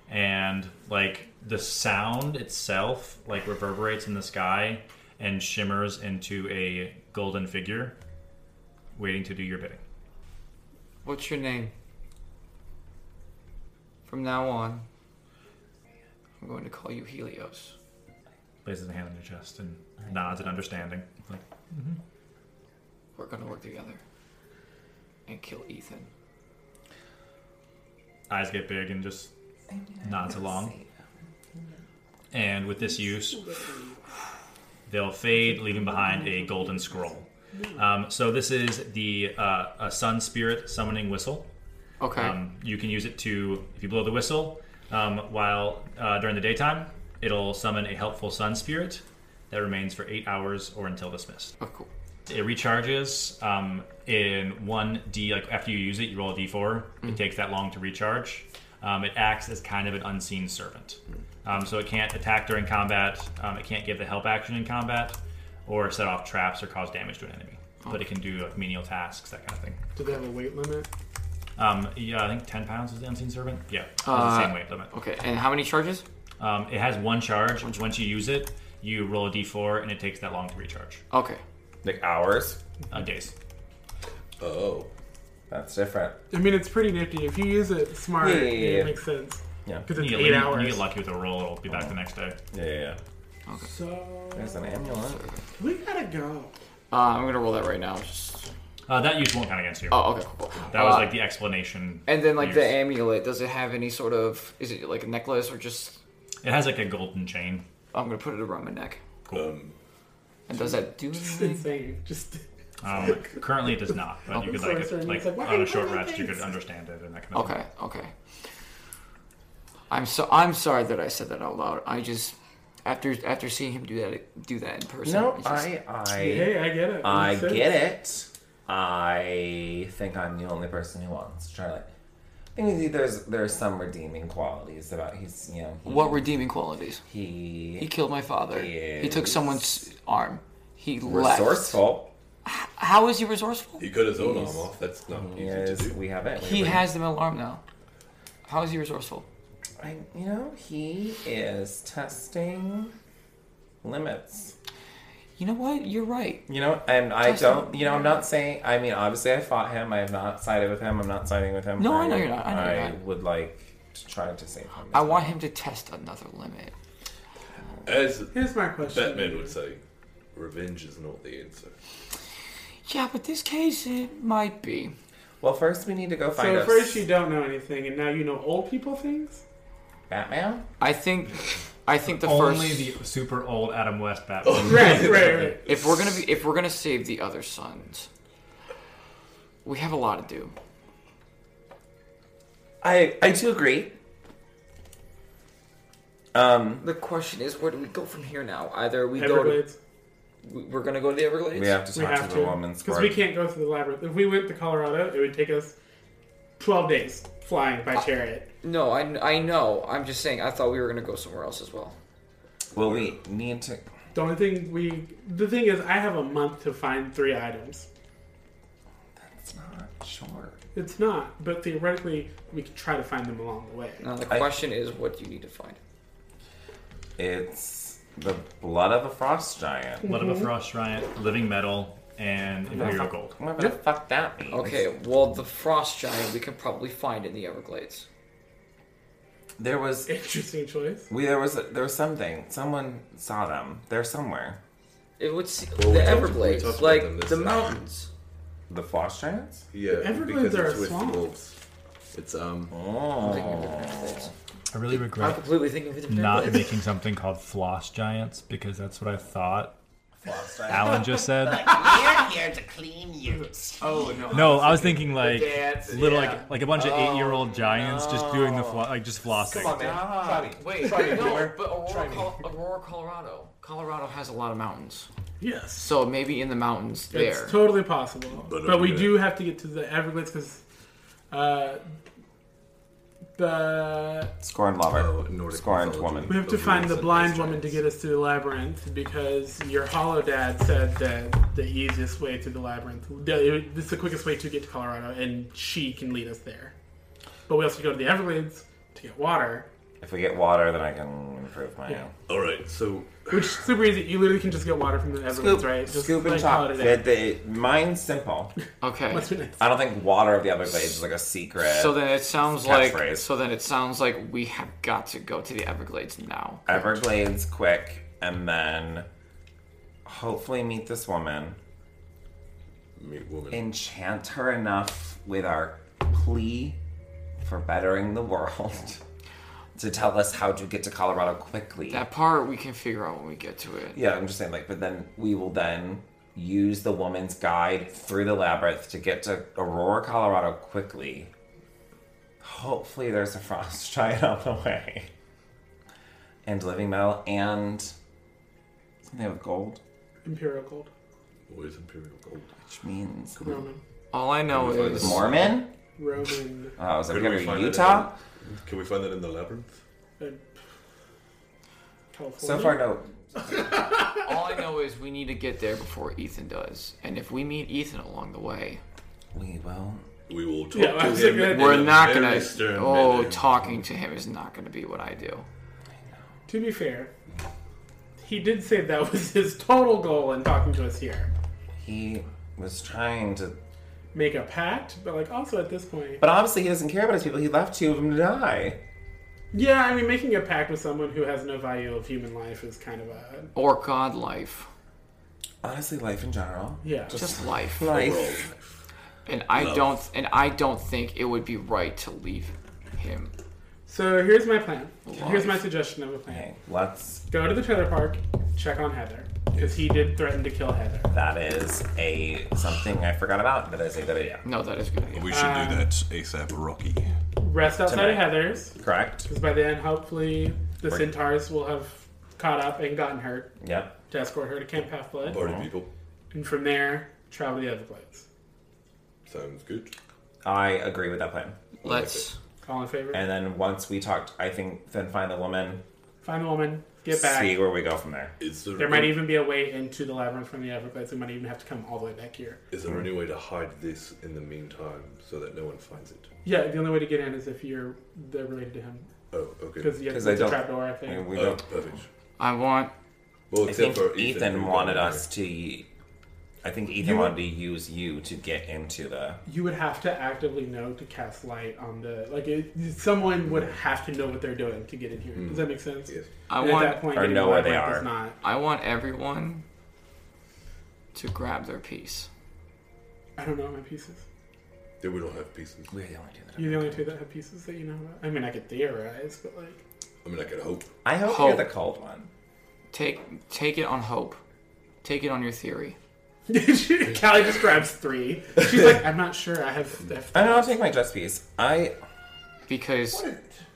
and like the sound itself, like reverberates in the sky and shimmers into a golden figure, waiting to do your bidding. What's your name? From now on, I'm going to call you Helios. Places a hand on your chest and nods in understanding. Like, We're going to work together and kill Ethan. eyes get big and just nods along. And with this use, they'll fade, leaving behind a golden scroll. Um, so this is the uh, a sun spirit summoning whistle. Okay. Um, you can use it to if you blow the whistle um, while uh, during the daytime, it'll summon a helpful sun spirit that remains for eight hours or until dismissed. Oh, cool. It recharges um, in one d. Like after you use it, you roll a d4. It takes that long to recharge. Um, it acts as kind of an unseen servant, um, so it can't attack during combat. Um, it can't give the help action in combat, or set off traps or cause damage to an enemy. But it can do like menial tasks, that kind of thing. Do they have a weight limit? Um, yeah, I think ten pounds is the unseen servant. Yeah, it has Uh, the same weight limit. Okay, and how many charges? Um, it has one charge. Once you use it, you roll a d4, and it takes that long to recharge. Okay. Like hours? Uh, days. Oh. That's different. I mean, it's pretty nifty. If you use it smart, Yeah, yeah, yeah. it makes sense. Yeah. Because it's you, eight get- hours. You get lucky with a roll, it'll be back the next day. Yeah, yeah, So There's an amulet. we gotta go. Uh, I'm going to roll that right now. Just... Uh, that use won't count against you. Oh, okay, cool, cool. That was Uh, like the explanation. And then, like, the use. amulet, does it have any sort of. Is it like a necklace or just. It has like a golden chain. I'm going to put it around my neck. Cool. Um, And does that do It's anything? insane. Just Um, currently, it does not, but you could Sorry, like, sorry, like, it's like, why on are a you short doing rest, you this? could understand it and that kind of Okay, okay. I'm so I'm sorry that I said that out loud. I just after after seeing him do that do that in person. No, it's just- I, I, Hey, I get it. I Makes sense. get it. I think I'm the only person who wants Charlotte. I think there's there's some redeeming qualities about he's you know he, what redeeming qualities? he He killed my father. He He took is someone's arm. He left. resourceful. How is he resourceful? He cut his own arm He's- off. That's not He easy is- to do. we have it. He We- has the metal arm now. How is he resourceful? I, you know he is testing limits. You know what? You're right. You know, and I Trust don't. You know, I'm not saying. I mean, obviously, I fought him. I have not sided with him. I'm not siding with him. No, I know you're not. I know you're not. would like to try to save him. I want him to test another limit. As Here's my question. Batman would say, revenge is not the answer. Yeah, but this case it might be. Well, first we need to go find So us. first you don't know anything, and now you know old people things. Batman. I think I think the Only first the super old Adam West Batman. Right, right, right. if we're gonna be if we're gonna save the other sons we have a lot to do I I do agree. Um, the question is where do we go from here now either we Everglades. go to we're gonna go to the everglades we have to We talk have to the to, woman's because we can't go through the labyrinth. If we went to Colorado, it would take us twelve days flying by chariot. no I, I know i'm just saying i thought we were gonna go somewhere else as well Well, we need to. The only thing we, the thing is, I have a month to find three items. That's not sure. It's not, but theoretically, we could try to find them along the way. now the I- question is what do you need to find It's the blood of a frost giant. Blood of a Frost Giant, Living Metal, and Imperial Gold. What the fuck that means? okay well the frost giant we can probably find in the everglades There was Interesting choice. we there was there was something. Someone saw them. They're somewhere. it would see Well, we the talked- we everglades talked about them like this the time. mountains The frost giants. Yeah, Everglades uh, because are it's a with swamp. wolves. It's um. I'm Oh. thinking of the Everglades. I really I'm regret completely thinking of the not Everglades. making something called Floss Giants because that's what I thought Frost giants. Alan just said. We're here to clean you. oh no No, I was thinking like Dance, little yeah. like like a bunch of eight year old giants just doing the flo- like just flossing. Wait, no, but Aurora, Col- Aurora, Colorado. Colorado has a lot of mountains. Yes, So maybe in the mountains there. it's totally possible. But But, don't we do do have to get to the Everglades because, uh, the Scorned lover. Oh, Nordic Scorned mythology. we woman. have to Those find wolves the and blind those woman to giants. get us through the labyrinth because your hollow dad said that the easiest way to the labyrinth, the, this is the quickest way to get to Colorado, and she can lead us there. But we also go to the Everglades to get water. If we get water, then I can improve my. Yeah. All right, so Which is super easy. You literally can just get water from the Everglades, right? Just scoop and like, call top. it a day. They- they- mine's simple. Okay. What's your next? I don't think water of the Everglades is like a secret. So then it sounds like catchphrase. so then it sounds like we have got to go to the Everglades now. Everglades quick, and then hopefully meet this woman. Meet woman. Enchant her enough with our plea for bettering the world to tell us how to get to Colorado quickly. That part we can figure out when we get to it. Yeah, I'm just saying, like, but then we will then use the woman's guide through the labyrinth to get to Aurora, Colorado quickly. Hopefully, there's a frost giant on the way. And living metal and something with gold, Imperial gold. Always imperial gold. which means Roman. All I know Can we find is the Mormon? Roman. Oh, is that Could gonna we be find that Utah? in- Can we find that in the labyrinth? Uh, California. So far, no. all I know is we need to get there before Ethan does. And if we meet Ethan along the way, We will. We will talk Yeah, I to was him. thinking- in we're a not very gonna. stern Oh, manner. talking to him is not gonna be what I do. To be fair, he did say that was his total goal in talking to us here. He was trying to. Make a pact, but like also at this point, But obviously, he doesn't care about his people. He left two of them to die. yeah, I mean, making a pact with someone who has no value of human life is kind of a Or God life, Honestly, life in general. yeah. just life. Life. And I don't. And I don't think it would be right to leave him. So here's my plan. Here's my Life. suggestion of a plan. Okay, let's. Go to the trailer park, check on Heather, because he did threaten to kill Heather. That is a something I forgot about. That is a good idea. No, that is good. We should Uh, do that ASAP, Rocky. Rest outside of Tonight. Heather's, Correct. because by then hopefully the Right. centaurs will have caught up and gotten hurt Yep. to escort her to Camp Half Blood, Party people. and from there travel the Everglades. Sounds good. I agree with that plan. Let's. All in favor? And then once we talked, I think then find the woman. Find the woman, get back. See where we go from there. Is there, There might even be a way into the labyrinth from the Everglades. We might even have to come all the way back here. is there any way to hide this in the meantime so that no one finds it? Yeah, the only way to get in is if you're they're related to him Oh, okay. because you have 'Cause to I use a don't- trapdoor. I I mean, think. we Oh, don't. perfect. I want. Well, I except think for Ethan, Ethan, who got wanted away. us to. I think Ethan wanted to use you to get into the. You would have to actively know to cast light on the like. It, someone would have to know what they're doing to get in here. Does that make sense? Yes. I And want. at that point, Mm. or getting know the where they labyrinth are. Is not. I want everyone to grab their piece. I don't know my pieces. Then we don't have pieces. We're the only two that. You're the only two that have pieces that you know about. I mean, I could theorize, but like, I mean, I could hope. I hope, Hope. you're the cold one. Take take it on hope. Take it on your theory. Callie just grabs three. She's like, I'm not sure. I have. I have I don't know. I'll take my dress piece. I. Because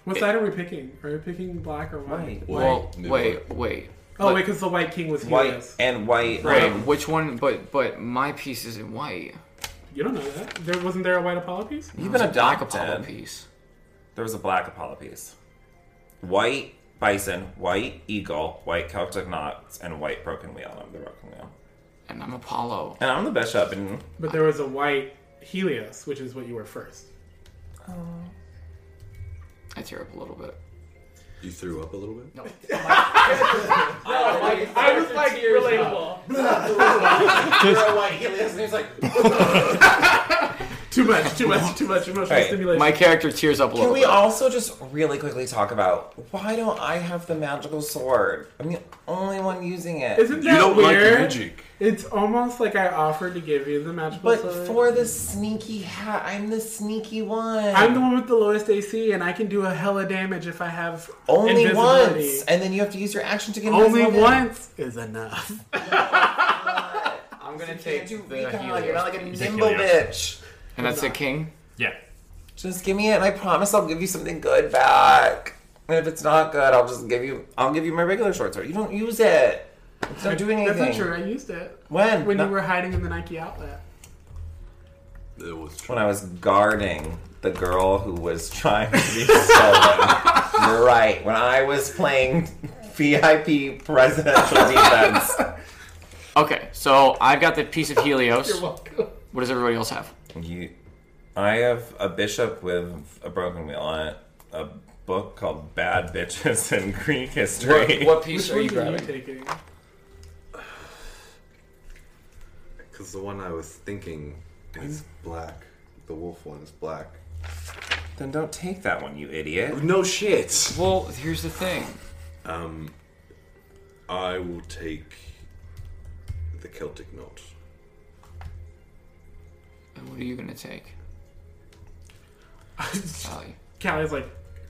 what side are we picking? Are we picking black or White. white? well, Wait. wait, wait, Oh, wait, because the White King was White Helios. and white. wait. um, Which one? But but my piece is in white. You don't know that. There wasn't there a White Apollo piece? You've been It's a black Apollo adopted. piece. There was a black Apollo piece. White bison, white eagle, white Celtic knots, and white broken wheel. I'm the broken wheel. And I'm Apollo. And I'm the bishop, and But there was a White Helios, which is what you were first. I tear up a little bit. You threw up a little bit. I was like relatable. too much, too much, too much emotional Alright, stimulation. My character tears up a Can little we bit. also just really quickly talk about why don't I have the magical sword? I'm the only one using it. Isn't that you don't weird? like magic. It's almost like I offered to give you the magical but sword. for the sneaky hat, I'm the sneaky one. I'm the one with the lowest AC, and I can do a hella damage if I have only invisibility. once, and then you have to use your action to get Only invisible. once is enough. I'm gonna You can't do recon. Helios You're not like a piece. nimble bitch. And that's the king. Yeah. Just give me it, and I promise I'll give you something good back. And if it's not good, I'll just give you. I'll give you my regular short sword. You don't use it. It's not doing anything. That's not true. I used it When? when No- you were hiding in the Nike outlet. There was when I was guarding the girl who was trying to be stolen. You're right. When I was playing VIP presidential defense. Okay, so I've got the piece of Helios. You're welcome. What does everybody else have? You, I have a bishop with a broken wheel on it, a book called Bad Bitches in Greek History. What, what piece are you grabbing? taking? Because the one I was thinking Hmm? is black. The wolf one is black. Then don't take that one, you idiot. No shit. Well, here's the thing. Um, I will take the Celtic knot. And what are you gonna take? Allie. Callie's like,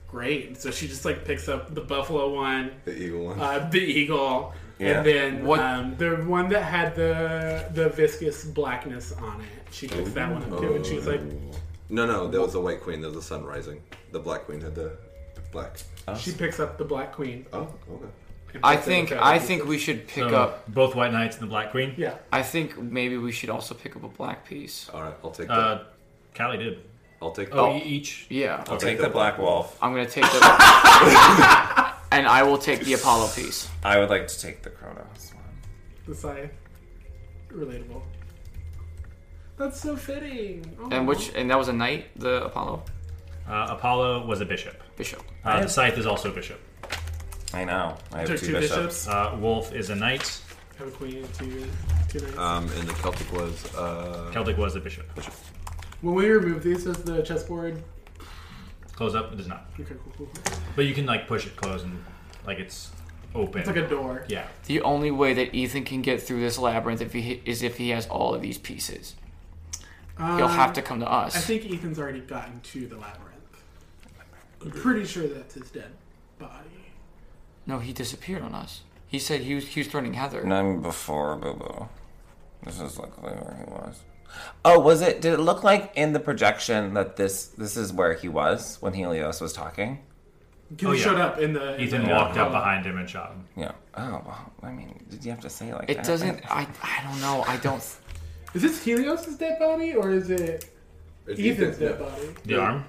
great. So she just like picks up the buffalo one, The eagle one. uh, the eagle, Yeah. and then What- Um, the one that had the the viscous blackness on it. She picks that one up too, and she's like, no, no, there was a white queen. There was a sun rising. The black queen had the black. she picks up the black queen. Oh, okay. I think I think we should pick So, up both White Knights and the Black Queen. Yeah. I think maybe we should also pick up a black piece. All right, I'll take Uh, Callie did. I'll take. Oh, e- each. Yeah. I'll take the Black Wolf. I'm gonna take the and I will take the Apollo piece. I would like to take the Chronos one. The scythe, relatable. That's so fitting. Oh. And which and that was a knight, the Apollo Uh, Apollo was a bishop. bishop. Uh, the Scythe is also a bishop. I know. I have Took two, two bishops. bishops. Uh, Wolf is a knight. Have a queen, two, two knights. Um, and the Celtic was. Uh, Celtic was a bishop. when we remove these, does the chessboard? Close up. It does not. Okay, cool, cool, cool. But you can like push it close and like it's open. It's like a door. yeah. The only way that Ethan can get through this labyrinth if he, is if he has all of these pieces. He'll have to come to us. Uh, I think Ethan's already gotten to the labyrinth. I'm pretty sure that's his dead body. no, he disappeared on us. He said he was, he was threatening Heather. None before Boo Boo. This is likely where he was. Oh, was it? Did it look like in the projection that this this is where he was when Helios was talking? He Oh, yeah. showed up in the. in Ethan the- walked up behind him and shot him. Yeah. Oh well. I mean, did you have to say it like It that? doesn't. I, I don't know. I don't. Is this Helios' dead body or is it it's Ethan's Ethan's dead no. body? The arm.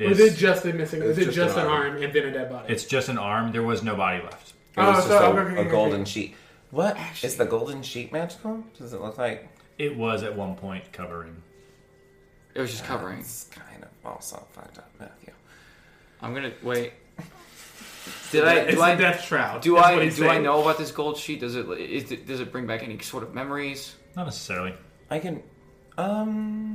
Or is is- it just a missing? Is It's it just, an arm. and then a dead body? It's just an arm. There was no body left. It was Oh, just so- a, okay, okay, a okay. golden sheet. What is the golden sheet magical? Does it look like? It was at one point covering. It was just covering. It's kind of also fucked up, Matthew. I'm gonna wait. Did I? It's Do a I? death shroud. Do That's I? what Do he's I saying. know about this gold sheet? Does it? Is it does it bring back any sort of memories? Not necessarily. I can.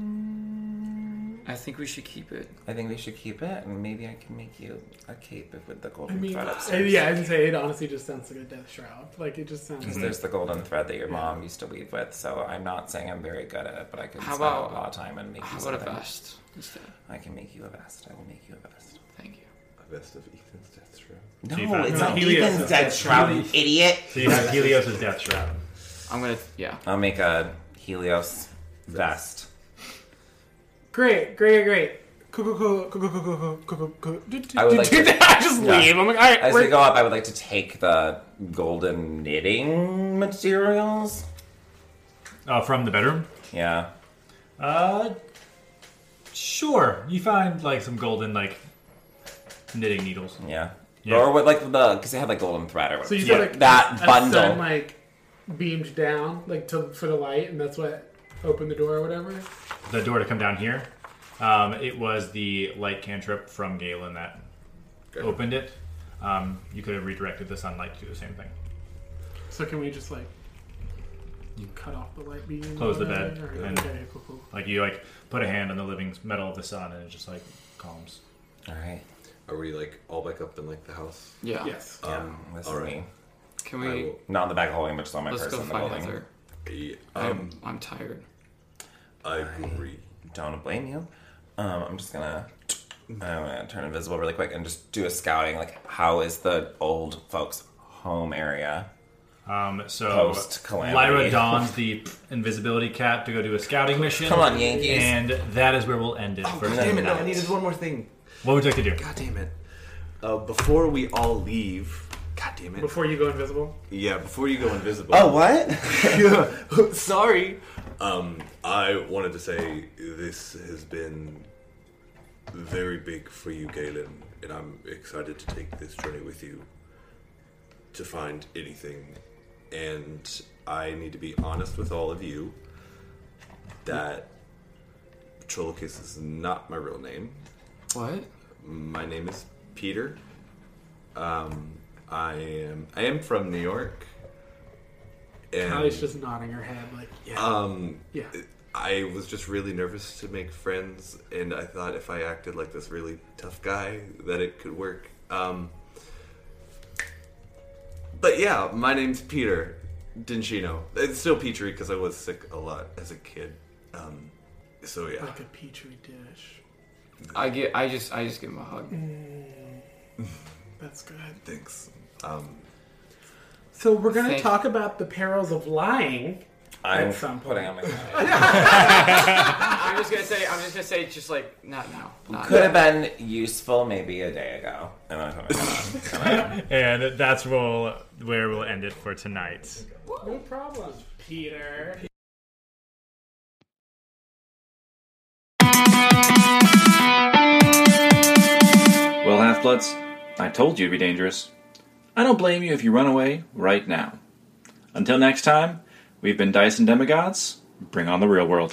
Um. I think we should keep it. I think we should keep it, and maybe I can make you a cape with the I golden mean, thread uh, upstairs. yeah, I would say it honestly just sounds like a death shroud. Like it just sounds. Because there's the golden thread that your mom used to weave with, so I'm not saying I'm very good at it, but I can How spend a about- lot of time and make you How about Ah, a something. vest instead? I can make you a vest. I will make you a vest. uh, Thank you. A vest of Ethan's death shroud. No, you found- it's No, not Helios Ethan's is dead dead shroud, you shroud. idiot. So you have Helios' death shroud. I'm gonna. Yeah. I'll make a Helios vest. Great, great, great. Cool, cool, cool, cool, cool, cool, cool, cool, cool, cool. Do, do, I would do, like do to- that. I just Yeah. leave. I'm like, all right, As we we're- go up, I would like to take the golden knitting materials. Uh, from the bedroom. Yeah. Uh, sure. You find like some golden like knitting needles. Yeah. Yeah. Or with like the because they had like golden thread or whatever. So you Yeah, said like that a bundle. sun, like beamed down like to for the light, and that's what opened the door or whatever. The door to come down here. Um, it was the light cantrip from Galen that opened it. Um, you could have redirected the sunlight to do the same thing. So can we just like you cut off the light beam? Close the or bed whatever? and- okay, cool, cool. Like you like put a hand on the living metal of the sun and it just like calms. All right. Are we like all back up in like the house? Yeah. Yes. Um, this all is right. me. Can I we? will- Not in the back of the holding, which is on my Let's purse go in the find building. Heather. Yeah, Um, I'm, I'm tired. I agree. Don't blame you. Um, I'm just gonna. I'm gonna turn invisible really quick and just do a scouting. Like, how is the old folks' home area? Um, so Post calamity. Lyra dons the invisibility cap to go do a scouting mission. Come on, Yankees. And that is where we'll end it. for Oh, damn it, no, tonight. needed one more thing. What would you like to do? God damn it. Uh, before we all leave. God damn it. Before you go invisible. Yeah, before you go invisible. Oh, what? yeah. Sorry. Um, I wanted to say this has been very big for you, Galen, and I'm excited to take this journey with you to find anything. And I need to be honest with all of you that Trolocus is not my real name. What? My name is Peter. Um, I am I am from New York. And Callie's just nodding her head, like yeah, um, yeah. I was just really nervous to make friends, and I thought if I acted like this really tough guy, that it could work. Um, but yeah, my name's Peter Dincino. It's still Petrie because I was sick a lot as a kid. Um, so yeah, Like a petri dish. I get. I just. I just give him a hug. That's good. Thanks. Um, So we're gonna Thank- talk about the perils of lying I'm at some point. putting on my- I'm just gonna say. I'm just gonna say. Just like not now. Not Could have now. been useful maybe a day ago. And I thought, "Come on, come on." and that's we'll, where we'll end it for tonight. no problem, Peter. Well, Half Bloods, I told you to be dangerous. I don't blame you if you run away right now. Until next time, we've been Dice and Demigods. Bring on the real world.